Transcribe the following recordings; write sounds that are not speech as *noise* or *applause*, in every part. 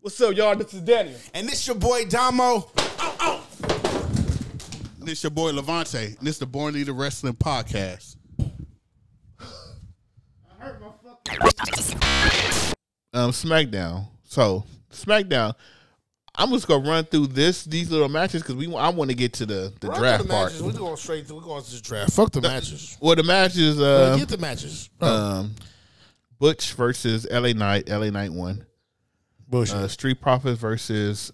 What's up, y'all? This is Daniel. And this your boy Damo. And it's your boy Levante. And it's the Born Leader Wrestling Podcast. Um, SmackDown. So SmackDown. I'm just gonna run through this these little matches because we wa- I want to get to the, the draft part. We're going straight to we're going to the draft. Fuck the matches. Well, the matches. Uh, Uh, Get the matches. um, Butch versus LA Knight. LA Knight won. Bush. Uh, Street Profits versus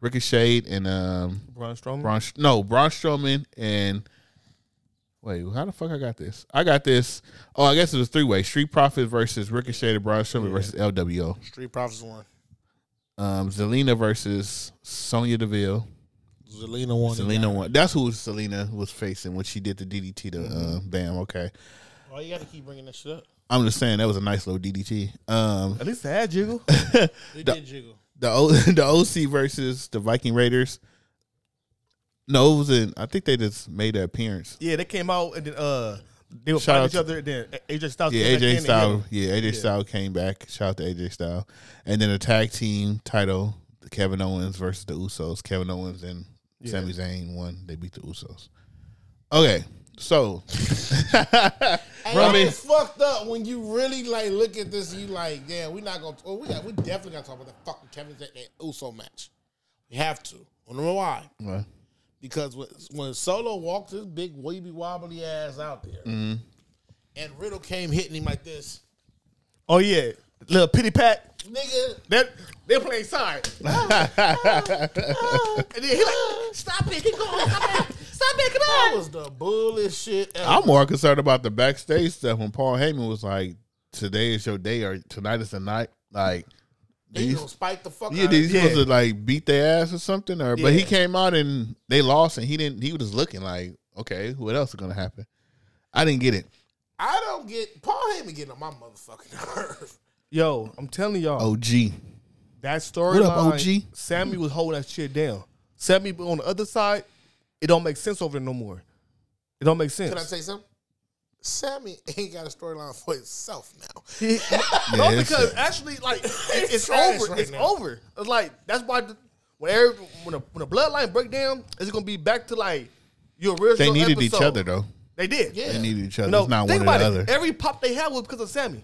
Ricochet and um, Braun Strowman. Braun, no, Braun Strowman and wait, how the fuck I got this? I got this. Oh, I guess it was three way: Street Profits versus Ricochet and Braun Strowman versus LWO. Street Profits won. Um, Zelina versus Sonya Deville. Zelina won. Selena won. That's who Selena was facing when she did the DDT to uh, Bam. Okay, Why you got to keep bringing that shit up? I'm just saying that was a nice little DDT. Um, At least they had Jiggle. *laughs* It did jiggle. the o- *laughs* the OC versus the Viking Raiders. No, it was in. I think they just made an appearance. yeah, they came out and then uh, they were Shout fighting out each other. And then AJ Styles. Yeah, came back in AJ and Styles. hit Yeah, AJ Styles came back. Shout out to AJ Styles. And then a tag team title: the Kevin Owens versus the Usos. Kevin Owens and Sami Zayn won. They beat the Usos. Okay, so Hey, Bro, I I mean- fucked up when you really like look at this. You like, damn, we not gonna. Oh, we got, we definitely gotta talk about the fucking Kevin Zay- that Uso match. We have to. I don't know why. Well, Because when, when Solo walked his big weeby wobbly ass out there, and Riddle came hitting him like this, Oh yeah, little pity pat. nigga. That they *laughs* playing side. and then he like, stop it, keep going, stop it, stop it, come That on. was the bullshit shit. Ever. I'm more concerned about the backstage stuff when Paul Heyman was like, "Today is your day" or "Tonight is the night." Like, They these, gonna spike the fuck yeah, out of these him. supposed to like beat their ass or something. Or but he Uh, Yeah. came out and they lost, and he didn't. He was just looking like, "Okay, what else is gonna happen?" I didn't get it. I don't get Paul Heyman getting on my motherfucking *laughs* nerve. Yo, I'm telling y'all, OG. that What up, storyline. OG? Sammy was holding that shit down. Sammy on the other side, it don't make sense over there no more. It don't make sense. Can I say something? Sammy ain't got a storyline for itself now. *laughs* no, Yeah, it's because a- actually, like it- it's, trash over. right it's now. over. It's like that's why the, when every, when a, when a bloodline break down, it's gonna be back to like your original. They needed each episode. other though. They did. Yeah. They needed each You other. know, it's not think one or the about other. it. Every pop they had was because of Sammy.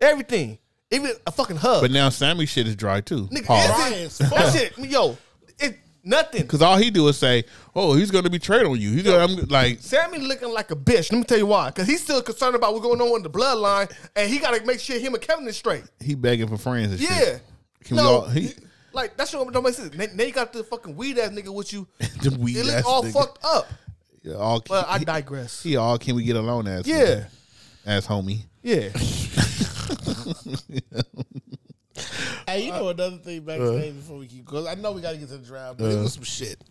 Everything, even a fucking hug. but now Sammy shit is dry too. Nigga, Paul. that's it. Fuck shit, yo, it nothing. Because all he do is say, "Oh, he's gonna betrayed on you." He's gonna I'm like, Sammy looking like a bitch. Let me tell you why. Because he's still concerned about what's going on in the bloodline, and he got to make sure him and Kevin is straight. he begging for friends and Yeah. shit. Can we no, all- he- you- like that shit don't make sense. Now, now you got the fucking weed ass nigga with you. *laughs* The *laughs* weed It ass look all nigga. fucked up. Yeah, all But I he- digress. he all can we get alone as Yeah. as homie. Yeah. Hey, you know another thing backstage before we keep because I know we gotta get to the draft, but it was some shit.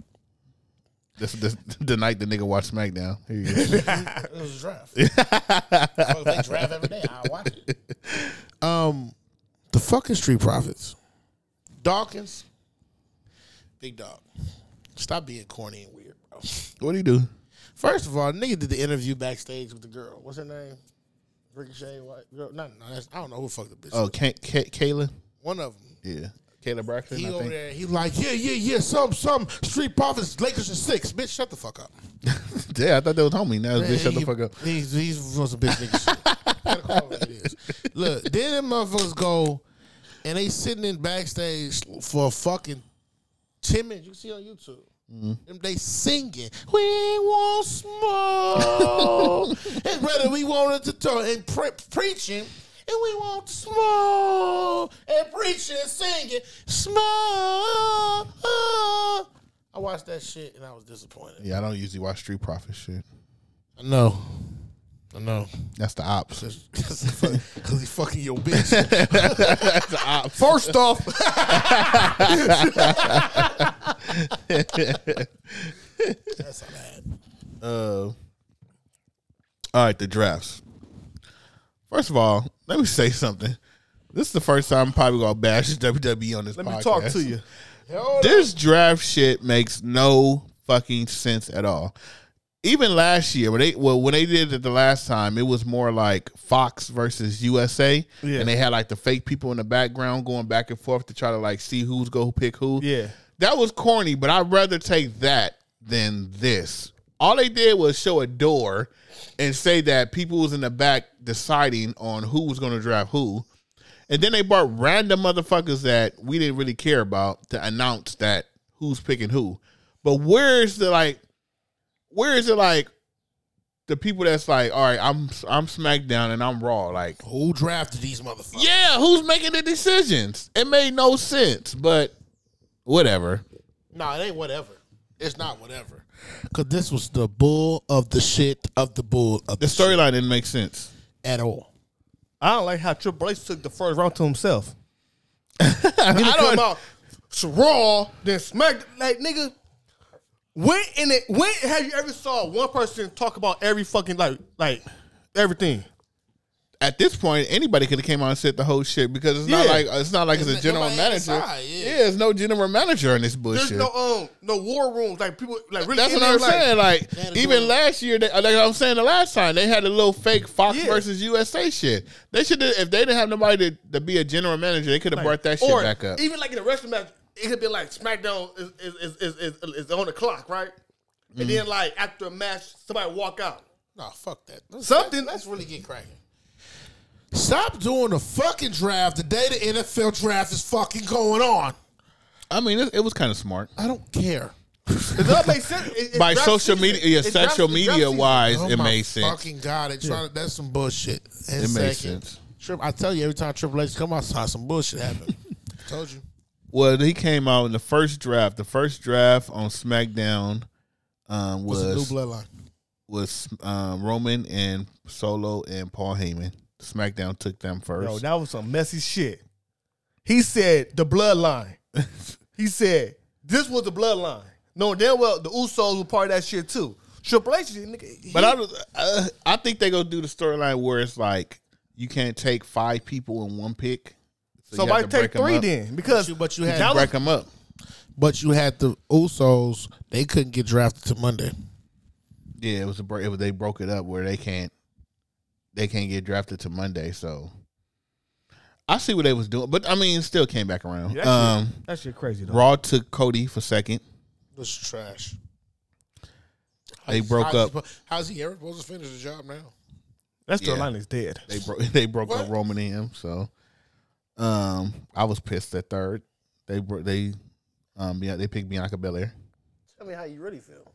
This, this *laughs* the night the nigga watched SmackDown. Here *laughs* you It was a draft. *laughs* Fuck, they draft every day. I watch it. Um, the fucking street profits, Dawkins, big dog. Stop being corny and weird, bro. go. what do you do? First of all, nigga did the interview backstage with the girl. What's her name? Ricochet, white girl. No, no, that's, I don't know who the fuck the bitch. Oh, Oh. Kay, Kay, Kayla. One of them. Yeah, Kayla Braxton. He I over think. there. He like, yeah, yeah, yeah. Some, some street profits. Lakers are six. Bitch, shut the fuck up. yeah, I thought that was homie. Now Yeah, just shut the he- fuck up. He's, he's on some bitch nigga shit. Gotta call it what it is. Look, then them motherfuckers go and they sitting in backstage for fucking 10 minutes. You can see on YouTube. Mm-hmm. Them They singing, we *laughs* want smoke, and brother, we wanted to talk and pre- preaching, and we want smoke, and preaching and singing, smoke. I watched that shit and I was disappointed. Yeah, I don't usually watch Street Profit shit. I know. I know. That's the ops. Because he fucking your bitch. *laughs* First off, That's all that. Uh, all right, the drafts. First of all, let me say something. This is the first time I'm probably gonna bash *laughs* WWE on this. let podcast. me talk to you. This draft shit makes no fucking sense at all. even last year, when they well when they did it the last time, it was more like Fox versus USA, Yeah. and they had like the fake people in the background going back and forth to try to like see who's go pick who. Yeah. that was corny, but I'd rather take that than this. All they did was show a door and say that people was in the back deciding on who was going to draft who. And then they brought random motherfuckers that we didn't really care about to announce that who's picking who. But where's the like where is it like the people that's like, all right, I'm I'm SmackDown and I'm Raw, like, Who drafted these motherfuckers? yeah, who's making the decisions? It made no sense, but whatever. Nah, it ain't whatever. It's not whatever. Cause this was the bull of the shit of the bull of The the shit storyline didn't make sense. at all. I don't like how Triple H took the first round to himself. I I don't come out it's Raw, then Smack. Like nigga, when in it? When have you ever saw one person talk about every fucking like like everything? at this point anybody could have came out and said the whole shit because it's not Yeah. like it's not like it's, a There's general nobody on the manager. side, yeah. yeah. there's no general manager in this There's bullshit. no um no war rooms like people like really. That's in what I'm there, like, saying. Like had to do even it. last year, they, like I'm saying the last time they had a little fake Fox Yeah. versus USA shit. They should if they didn't have nobody to, to be a general manager, they could have brought that shit or back up. Even like in a wrestling match, it could be like SmackDown is is is is, is, is on the clock, right? Mm. And then like after a match, somebody walk out. Nah, fuck that. Let's, Something- Let's really get cracking. Stop doing the fucking draft the day the NFL draft is fucking going on. I mean, it, it was kind of smart I don't care. Does that make sense? It- *laughs* it's by draft social season. media, yeah, It's draft- social it's draft media season. wise, Oh it my made sense. Fucking God, they trying to, that's some bullshit. And It makes second, sense. Trip, I tell you, every time Triple H come outside, some bullshit happened. *laughs* Told you. Well, he came out in the first draft. The first draft on SmackDown um, What's the new was bloodline? was um, Roman and Solo and Paul Heyman. SmackDown took them first. Yo, that was some messy shit. He said the bloodline. he said this was the bloodline. No, damn well the Usos were part of that shit too. Triple H, nigga, he- But I, was- uh, I think they gonna do the storyline where it's like you can't take five people in one pick. so you have why to take break 'em three up. then? Because But you- but you that had- was- Break them up. But you had the Usos; they couldn't get drafted to Monday. Yeah, it was a break. It was, they broke it up where they can't they can't get drafted to Monday. So I see what they was doing, but I mean, it still came back around. Yeah, that shit- um, that shit crazy though. Raw took Cody for second. This is trash. They broke how's up. He, suppo- how's he ever supposed to finish the job now? That Yeah. storyline is dead. *laughs* They broke *laughs* they broke up What? Roman and him. So, um, I was pissed at third. They bro- they um yeah, they picked Bianca Belair Tell me how you really feel.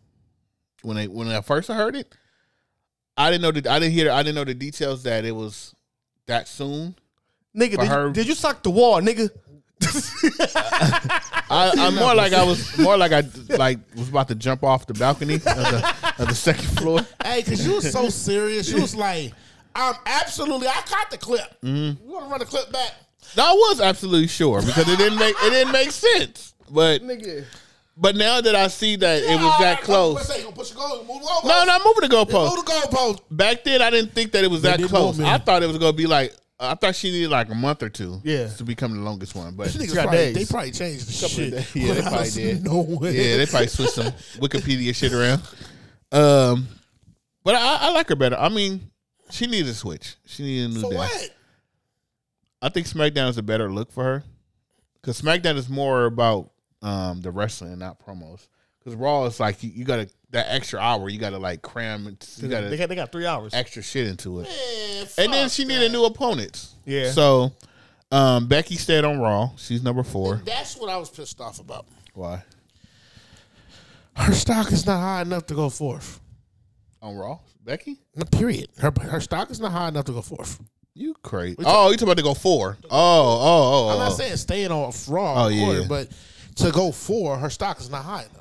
when they when I first heard it. I didn't know that I didn't hear I didn't know the details that it was that soon. Nigga, For did her- you, did you sock the wall, nigga? *laughs* I, I'm more like I was more like I like was about to jump off the balcony of the, of the second *laughs* floor. Hey, because you was *laughs* so serious. You was like, I'm absolutely, I caught the clip. Mm-hmm. You want to run the clip back? No, I was absolutely sure because it didn't make it didn't make sense. But nigga. but now that I see that it was that Let's close. say you gonna push the goal, move the goalpost. No, no, moving the goalpost. Move the goalpost. back then I didn't think that it was that did close. want me. I thought it was gonna be like I thought she needed like a month or two, Yeah. to become the longest one. But Niggas got probably, days. They probably changed the shit. *laughs* days. Yeah, they When I probably was- did. No way. yeah, they probably switched *laughs* some Wikipedia shit around. Um, but I, I like her better. I mean, she needed a switch. She needed a new For day. what? I think SmackDown is a better look for her because SmackDown is more about um, the wrestling and not promos. Because Raw is like you, you got to that extra hour. You got to like cram. it- You got They to got, they got three hours. extra shit into it. Man, And then fuck she that. needed new opponents. Yeah. So um, Becky stayed on Raw. She's number four. That's what I was pissed off about. Why? Her stock is not high enough to go fourth. On Raw? Becky? No, period. Her her stock is not high enough to go fourth. You crazy. Oh, you talking about to go four. Oh, oh, oh. I'm not oh. saying staying on raw, Oh, of course, yeah. but to go four, her stock is not high enough.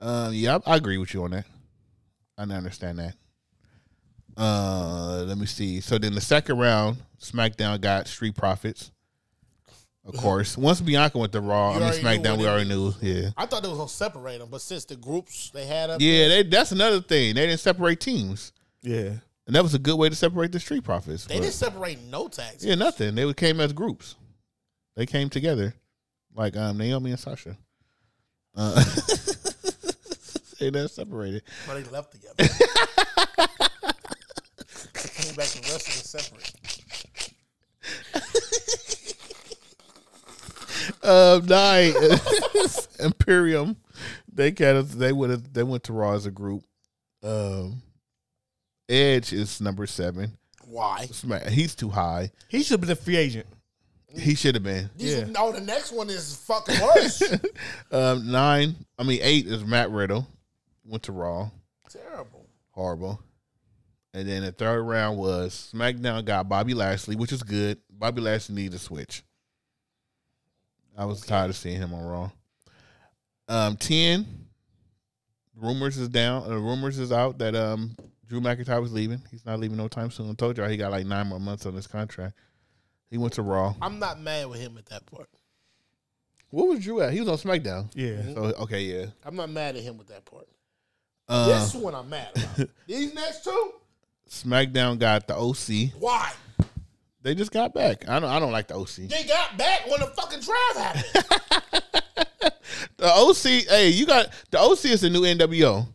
Um, yeah, I, I agree with you on that. I understand that. Uh, let me see. So then the second round, SmackDown got Street Profits. Of course, once Bianca went to Raw, I You mean already knew SmackDown, what we it already knew. Yeah, I thought they was gonna separate them, but since the groups they had up, yeah. They, that's another thing. They didn't separate teams, Yeah. and that was a good way to separate the Street Profits. they but- didn't separate no tags. Yeah, nothing. They came as groups. They came together, like um, Naomi and Sasha. Uh, *laughs* They not separated. But they left together. *laughs* Came back to wrestling separate. Um, night *laughs* Imperium. They kind of they would have they went to Raw as a group. Um, Edge is number seven. Why? Smack, he's too high. He should have been a free agent. He should have been. These, Yeah. No, the next one is fucking *laughs* worse. Um, nine. I mean, eight is Matt Riddle. Went to Raw. Terrible. Horrible. And then the third round was SmackDown got Bobby Lashley, which is good. Bobby Lashley needed a switch. I was tired of seeing him on Raw. Um, ten. Rumors is down. Uh, rumors is out that um Drew McIntyre was leaving. He's not leaving no time soon. I told y'all he got like nine more months on his contract. He went to Raw. I'm not mad with him at that part. What was Drew at? He was on SmackDown. Yeah. So okay, yeah. I'm not mad at him with that part. Uh, this one I'm mad *laughs* about. These next two? SmackDown got the OC. Why? They just got back. I don't. I don't like the OC. They got back when the fucking drive happened. The OC. Hey, you got the OC is the new NWO. No.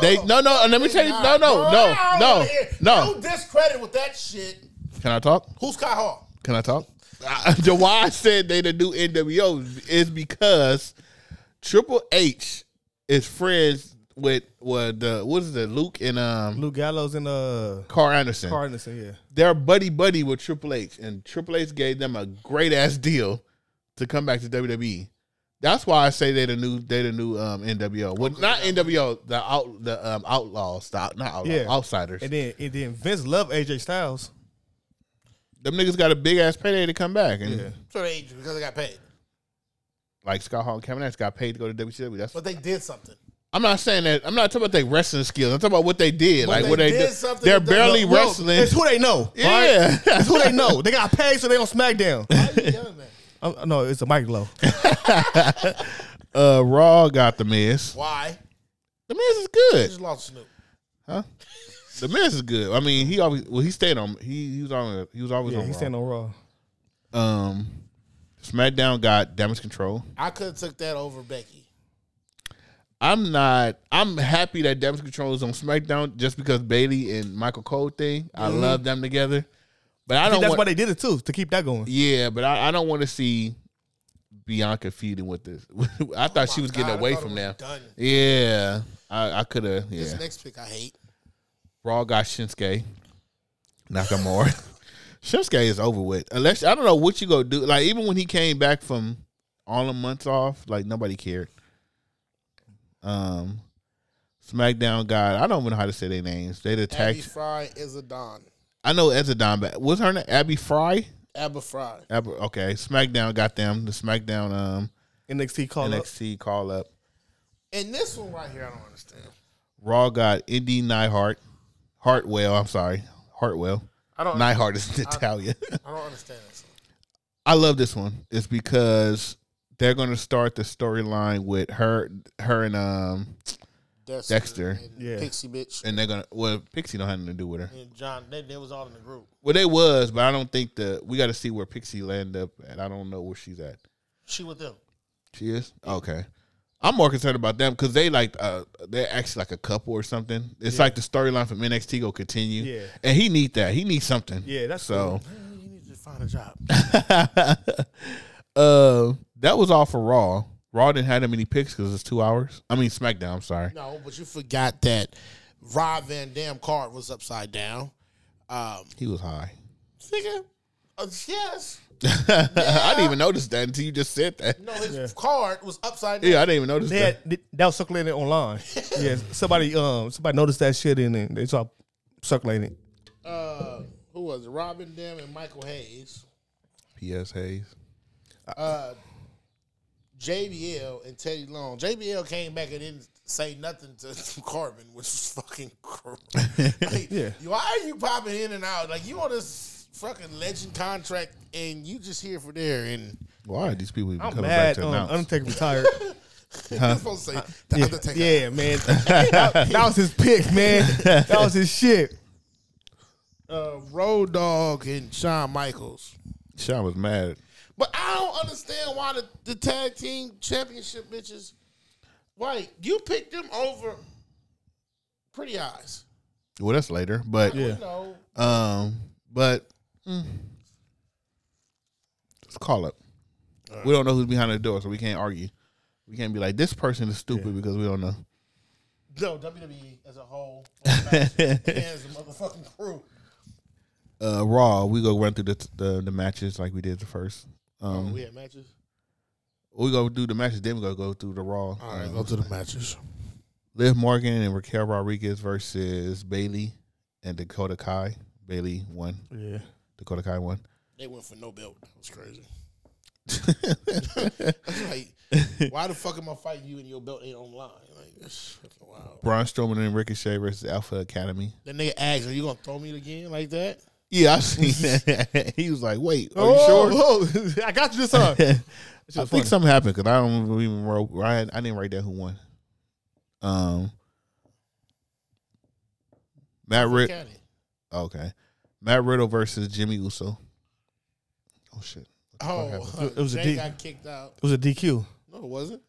They no no. and Let me tell you. No no no I don't no wanna hear- no. No discredit with that shit. Can I talk? Who's Kai Hall? Can I talk? *laughs* The why I said they the new NWO is because Triple H is friends with what the what is it? Luke and um Lou Gallows and uh Carl Anderson. Carl Anderson, yeah. They're buddy buddy with Triple H, and Triple H gave them a great ass deal to come back to WWE. That's why I say they the new they the new um, NWO. Well, not NWO, the out the um, outlaws, the, out- not outlaws, Yeah. outsiders. And then and then Vince loved AJ Styles. them niggas got a big ass payday to come back, and Yeah. So they because they got paid. like Scott Hall and Kevin Nash got paid to go to WCW. That's But they *laughs* did something. I'm not saying that. I'm not talking about their wrestling skills. I'm talking about what they did. like they what they did did. something They're that they- barely Well, wrestling. It's who they *laughs* know. right? yeah, It's who they know. They got paid so they on *laughs* SmackDown. Why you yelling that? Um, no, it's a Mike Low. *laughs* uh, Raw got the Miz. Why? The Miz is They good. just lost Snoop. The Miz is good. I mean, he always well he stayed on. He he was on. He was always Yeah, on. he's Raw. staying on Raw. Um, SmackDown got Damage Control. I could have took that over Becky. I'm not. I'm happy that Damage Control is on SmackDown just because Bailey and Michael Cole thing. I love them together, but I I think don't. that's want, why they did it too, to keep that going. Yeah, but I, I don't want to see Bianca feuding with this. *laughs* I thought Uh, she was getting Oh God, I away thought it from was them. done. Yeah, I, I could have. This Yeah, next pick I hate. Raw got Shinsuke Nakamura. *laughs* Shinsuke is over with. Unless I don't know what you gonna do. Like even when he came back from all the months off, like nobody cared. Um, SmackDown guy. I don't even know how to say their names. They the Abby tag. Fry is a Don. I know Ezadon, but what's her name? Abby Fry. Abba Fry. Ab- okay, SmackDown got them. The SmackDown um NXT call up. NXT call up. And this one right here, I don't understand. Raw got Indy Neihart. Hartwell, I'm sorry. Hartwell. Oh. I don't. Neihart is *laughs* Italian. I don't understand this. I love this one. It's because they're gonna start the storyline with her her and um Dexter, Dexter. and Yeah. Pixie bitch, and they're gonna well Pixie don't have nothing to do with her. and John. They, they was all in the group. Well they was, but I don't think the we gotta see where Pixie land up and I don't know where she's at. She with them. She is? Okay. I'm more concerned about them because they like uh they're actually like a couple or something. It's like the storyline from NXT will continue. Yeah. And he need that. He needs something. Yeah, that's so You need to find a job. uh, that was all for Raw. Raw didn't have that many picks because it's two hours. I mean SmackDown. I'm sorry. no, but you forgot that Rob Van Dam card was upside down. Um, He was high. nigga, uh, yes. *laughs* I didn't even notice that until you just said that. No, his card was upside down. Yeah, I didn't even notice They that. had, that was circulating *laughs* online. yeah, somebody um somebody noticed that shit and then they started circulating. it. Uh, who was it? Rob Van Dam and Michael Hayes, P.S. Hayes. JBL and Teddy Long. JBL came back and didn't say nothing to *laughs* Corbin, which was fucking. cruel. like, Yeah. Why are you popping in and out? Like you on this fucking legend contract and you just here for there and. Why are these people even I'm coming back mad. to Um, announce? Undertaker *laughs* retired. *laughs* You're supposed to say the yeah, Undertaker. *laughs* yeah, man. that, that was his pick, man. That was his shit. Uh, Road Dog and Shawn Michaels. Sean was mad. But I don't understand why the, the tag team championship bitches Right, you picked them over Pretty Eyes. Well, that's later, but You know, um, but mm. let's call up. We don't know who's behind the door, so we can't argue. We can't be like this person is stupid because we don't know. no WWE as a *laughs* whole, as a motherfucking crew. Uh, Raw, we go run through the, the the matches like we did the first. Um, Oh, we had matches. we go do the matches, then we go go through the Raw. Um, All right, go to the matches. Liv Morgan and Raquel Rodriguez versus Bailey and Dakota Kai. Bailey won. Yeah. Dakota Kai won. They went for no belt. That was *laughs* crazy. That's like, why the fuck am I fighting you and your belt ain't online? Like, that's fucking wild. Braun Strowman and Ricochet versus Alpha Academy. That nigga asked, "Are you gonna throw me again like that?" Yeah, I seen that. *laughs* he was like, "Wait, are you sure?" Oh, oh, *laughs* I got you this time. *laughs* I was think something happened because I don't even wrote. I, I didn't write down who won. Um, Matt Riddle. Got it. Okay, Matt Riddle versus Jimmy Uso. Oh shit! Oh, It was a Jay D. got kicked out. It was a DQ. No, it wasn't.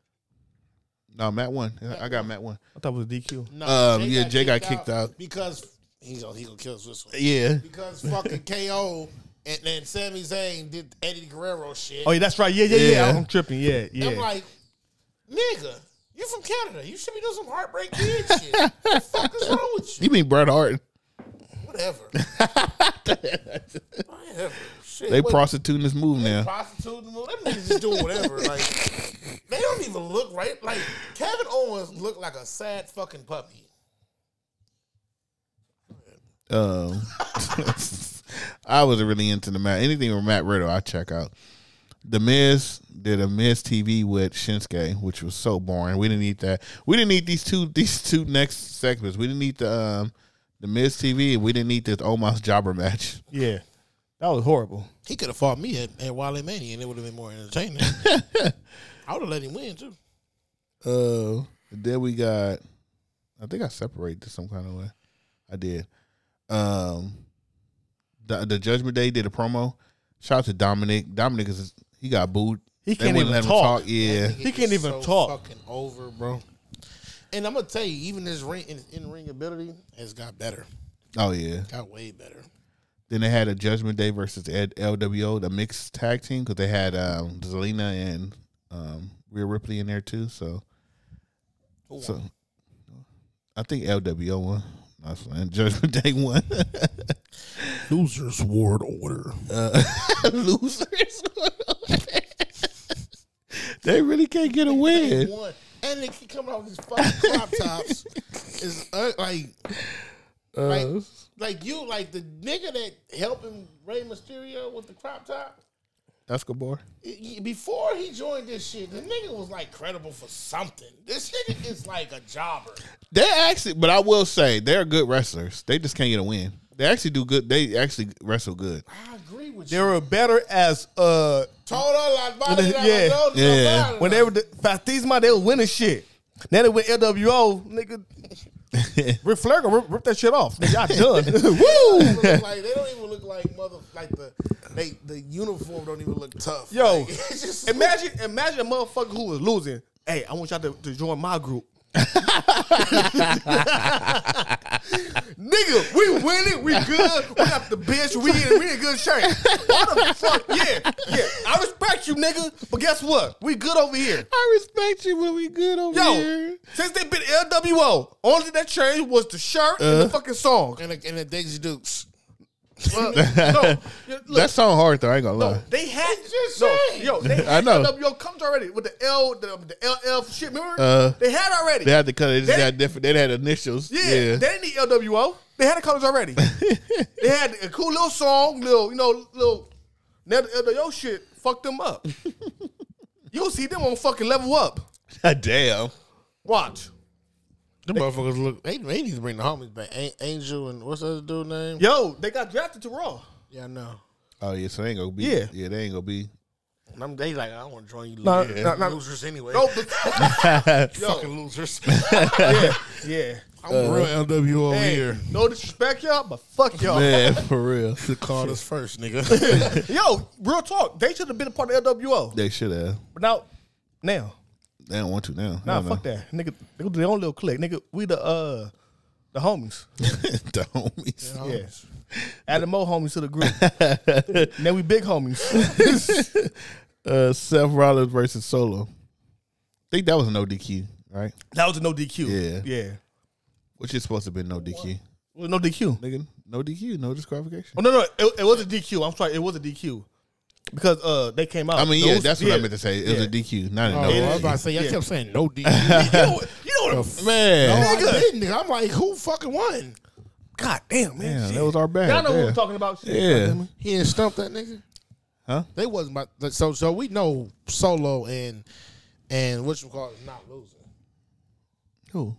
No, Matt won. I got Matt won. I thought it was a DQ. No, Um, yeah, Jay got kicked out. because he gonna he gonna kill us this one. Yeah, Because fucking KO and then Sami Zayn did Eddie Guerrero shit. Oh yeah, that's right. Yeah, yeah, yeah. Yeah. I'm tripping. Yeah, yeah. I'm like, nigga, you from Canada? You should be doing some heartbreak kid shit. What the fuck is wrong with you? you mean Bret Hart? *laughs* Whatever. Whatever. Shit, They what- prostituting this move now. prostituting them. Them niggas just doing whatever. Like they don't even look right. Like Kevin Owens looked like a sad fucking puppy. Um, *laughs* I was really into the Matt. Anything with Matt Riddle, I check out. The Miz did a Miz TV with Shinsuke, which was so boring. We didn't need that. We didn't need these two these two next segments. We didn't need the um the Miz TV. and We didn't need this Omos Jobber match. yeah. That was horrible. He could have fought me at, at Wally Mania, and it would have been more entertaining. I would have let him win too. Uh, then we got. I think I separated this some kind of way. I did. Um, the the Judgment Day did a promo. Shout out to Dominic. Dominic is he got booed. They He can't wouldn't even let him talk. Yeah, He can't even talk. Fucking over, bro. And I'm gonna tell you, even his ring in ring ability has got better. Oh yeah. Got way better. Then they had a Judgment Day versus Ed, LWO, the mixed tag team, because they had um, Zelina and um, Rhea Ripley in there too. So, Who so I think LWO won. That's when Judgment Day won. *laughs* Losers ward order. *laughs* Losers. they really can't get a win. One. And they keep coming out with these fucking crop tops. It's uh, like, like, like you, like the nigga that helping Rey Mysterio with the crop top. That's good, boy. y- y- Before he joined this shit, the nigga was like credible for something. This nigga is like a jobber. They actually, but I will say they're good wrestlers. They just can't get a win. They actually do good. They actually wrestle good. *laughs* I agree with They you. were better as uh Total like body When that they- I yeah, know that yeah. I know. when they were the Fatisma, they was winning shit. Now they win LWO, nigga. Ric Flair gonna rip, rip that shit off. Nigga, I *laughs* done. They don't even look like they don't even look like mother like the they the uniform don't even look tough. Yo, Like, *laughs* it's just imagine, imagine a motherfucker who was losing. Hey, I want y'all to, to join my group. *laughs* Nigga, we winning, we good, we got the bitch, we in, we in good shape. Why the fuck? Yeah, yeah. I respect you, nigga, but guess what? We good over here. I respect you when we good over Yo, since they been LWO, only thing that changed was the shirt and the fucking song. and a, and a Daisy Dukes. Uh, no, look, That sound hard though. I ain't gonna lie. They had just no, saying. yo, *laughs* they I had know. LWO comes already with the L, the, the LL shit. Remember, Uh, they had already. They had to cut it. They just They- had different. They had initials. yeah, Yeah. they didn't need LWO. They had the colors already. they had a cool little song, little you know, little. Now the LWO shit fucked them up. *laughs* you gonna see them on fucking level up. *laughs* Damn. Watch. Them motherfuckers look. They, they need to bring the homies back. An- Angel and what's the other dude name? Yo, they got drafted to Raw. Yeah, I know. Oh yeah. So they ain't gonna be. Yeah. Yeah. They ain't gonna be. And I'm, they like I don't want to join you Nah, losers, nah, nah. losers anyway. *laughs* No, but, fucking *laughs* losers. yeah, yeah. I'm uh, real LWO Hey, here. no disrespect y'all, but fuck y'all. Man, *laughs* for real. Called us first, nigga. Yo, real talk. They should have been a part of LWO. They should have. But now, now, They don't want to now. Nah, Hell no. fuck that. Nigga, they do their own little clique. Nigga, we the uh the homies. *laughs* the homies. *laughs* Yeah. Add the more homies to the group. *laughs* now we big homies. Uh, Seth Rollins versus Solo. think that was an ODQ, right? That was a no DQ. Yeah. Yeah. Which is supposed to be no DQ. Well, no DQ. Nigga, no DQ, no disqualification. Oh no no, it, it was a DQ. I'm sorry, it was a DQ. Because uh they came out. I mean, yeah, Those- that's what I meant to say. It was Yeah. a DQ, not a Oh, no. I was DQ. about to say, y'all Yeah. kept saying no *laughs* D. you *laughs* *laughs* know what? You Oh, know what? the f- Man, I Nigga. didn't, nigga. I'm like, who fucking won? God damn, man. Damn, shit. that was our bad. Y'all know yeah. who we're talking about. Shit. Yeah. He didn't stump that nigga. Huh? They wasn't about like, so so we know Solo and and which we call not losing. Who?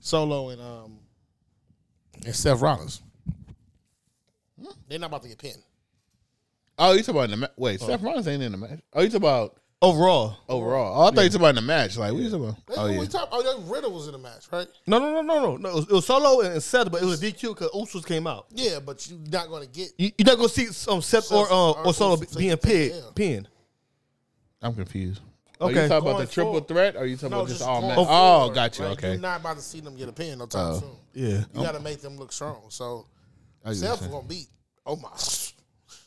Solo and um and Seth Rollins. Hmm. They're not about to get pinned. Oh, you talking about in the ma- wait? Seth Rollins ain't in the match. Oh, you talking about Overall. overall? Oh, I thought you talking about in the match. Like, we talking about? That's Oh what yeah. we talk. Oh, that Riddle was in the match, right? No, no, no, no, no. no it, was, it was solo and and Seth, but it was DQ because Usos came out. Yeah, but you're not going to get. You, you're not gonna see um, Seth or uh, or or solo Usos being take- pinned. yeah. pinned. I'm confused. Are Okay. you talking about the Going triple forward. threat? Or are you talking about just just all going match? forward, Oh, got you. right? Okay. You're not about to see them get a pin no time Oh. soon. Yeah. You got to make them look strong. So I, see what you're Seth saying. going to beat. Oh my! He'll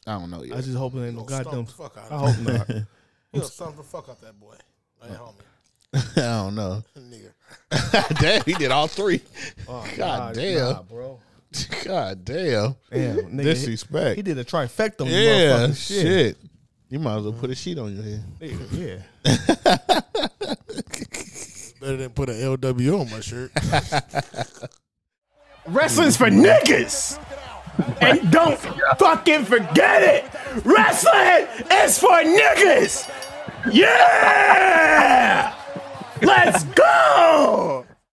I don't know. I Yet. just hope it ain't no Gonna stomp goddamn. the fuck out I of hope *laughs* not. stomp the fuck out that boy. Like, homie, *laughs* *laughs* I don't know. nigga. *laughs* damn, he did all three. Nah, God damn. *laughs* nah, bro. God damn. Damn, nigga, Disrespect. He did a trifecta. on yeah, motherfucking shit. You might as well put a sheet on your head. Nigga, yeah. Better than put an LW on my shirt. Wrestling's for niggas. And don't fucking forget it. Wrestling is for niggas. Yeah. Let's go.